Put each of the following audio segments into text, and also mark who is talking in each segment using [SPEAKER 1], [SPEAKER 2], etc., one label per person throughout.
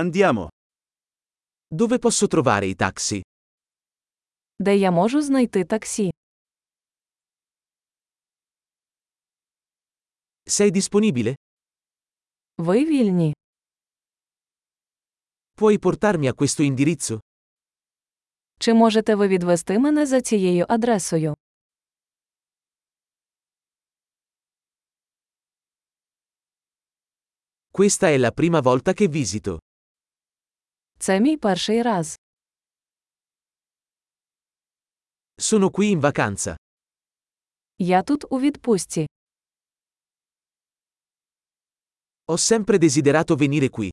[SPEAKER 1] Andiamo. Dove posso trovare i taxi?
[SPEAKER 2] Де я можу знайти таксі?
[SPEAKER 1] Sei disponibile?
[SPEAKER 2] Ви вільні?
[SPEAKER 1] Puoi portarmi a questo indirizzo?
[SPEAKER 2] Чи можете ви відвести мене за цією адресою?
[SPEAKER 1] Questa è la prima volta che visito.
[SPEAKER 2] Це мій перший раз.
[SPEAKER 1] Sono qui in vacanza.
[SPEAKER 2] Я тут у відпустці.
[SPEAKER 1] Ho sempre desiderato venire qui.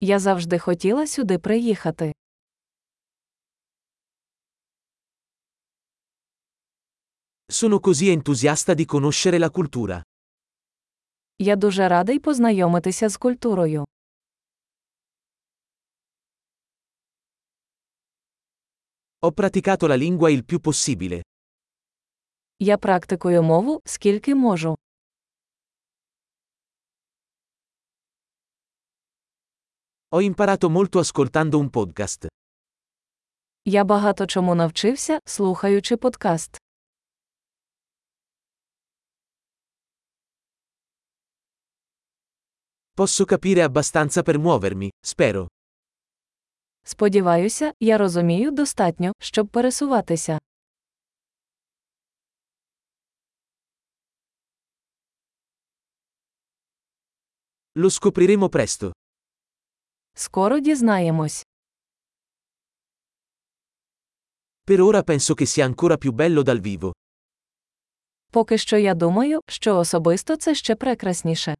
[SPEAKER 2] Я завжди хотіла сюди приїхати.
[SPEAKER 1] Sono così entusiasta di conoscere la cultura.
[SPEAKER 2] Я дуже радий познайомитися з культурою.
[SPEAKER 1] Ho praticato la lingua il più possibile.
[SPEAKER 2] Я практикую мову, скільки можу.
[SPEAKER 1] Ho imparato molto ascoltando un podcast.
[SPEAKER 2] Я багато чому навчився, слухаючи подкаст.
[SPEAKER 1] Posso capire abbastanza per muovermi, spero.
[SPEAKER 2] Сподіваюся, я розумію достатньо, щоб пересуватися.
[SPEAKER 1] Lo scopriremo presto.
[SPEAKER 2] Скоро дізнаємось.
[SPEAKER 1] Per ora penso che sia ancora più bello dal vivo.
[SPEAKER 2] Поки що я думаю, що особисто це ще прекрасніше.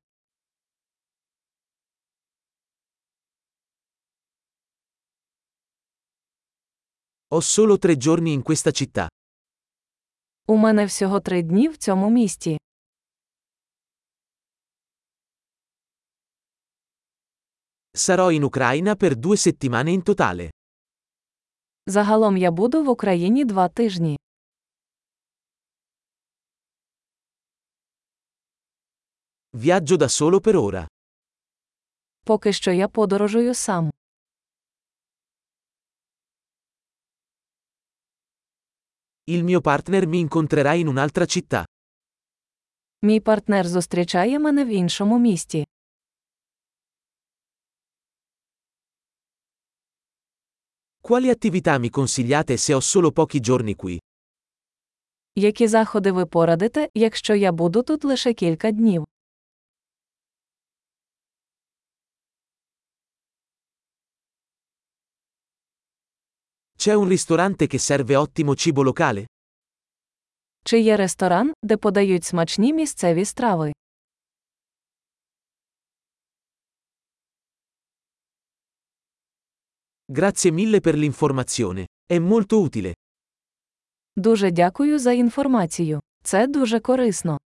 [SPEAKER 1] Ho solo tre giorni in questa città.
[SPEAKER 2] У мене всього три дні в цьому місті.
[SPEAKER 1] Sarò in Ucraina per due settimane in totale.
[SPEAKER 2] Загалом я буду в Україні два тижні.
[SPEAKER 1] Viaggio da solo per ora.
[SPEAKER 2] Поки що я подорожую сам.
[SPEAKER 1] Il mio partner mi incontrerà in un'altra città.
[SPEAKER 2] Мій партнер зустрічає мене в іншому місті.
[SPEAKER 1] Quali attività mi consigliate se ho solo pochi giorni qui?
[SPEAKER 2] Які заходи ви порадите, якщо я буду тут лише кілька днів?
[SPEAKER 1] C'è un ristorante che serve ottimo cibo locale?
[SPEAKER 2] Чи є ресторан, де подають смачні місцеві страви?
[SPEAKER 1] Grazie mille per l'informazione. È molto utile.
[SPEAKER 2] Дуже дякую за інформацію. Це дуже корисно.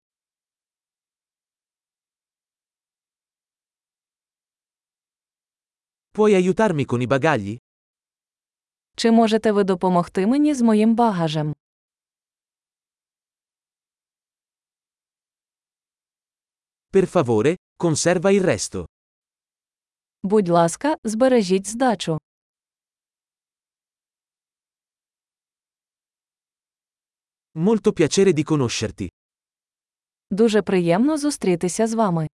[SPEAKER 1] Puoi aiutarmi con i bagagli?
[SPEAKER 2] Чи можете ви допомогти мені з моїм багажем?
[SPEAKER 1] Per favore, conserva il resto.
[SPEAKER 2] Будь ласка, збережіть здачу.
[SPEAKER 1] Molto piacere di conoscerti.
[SPEAKER 2] Дуже приємно зустрітися з вами.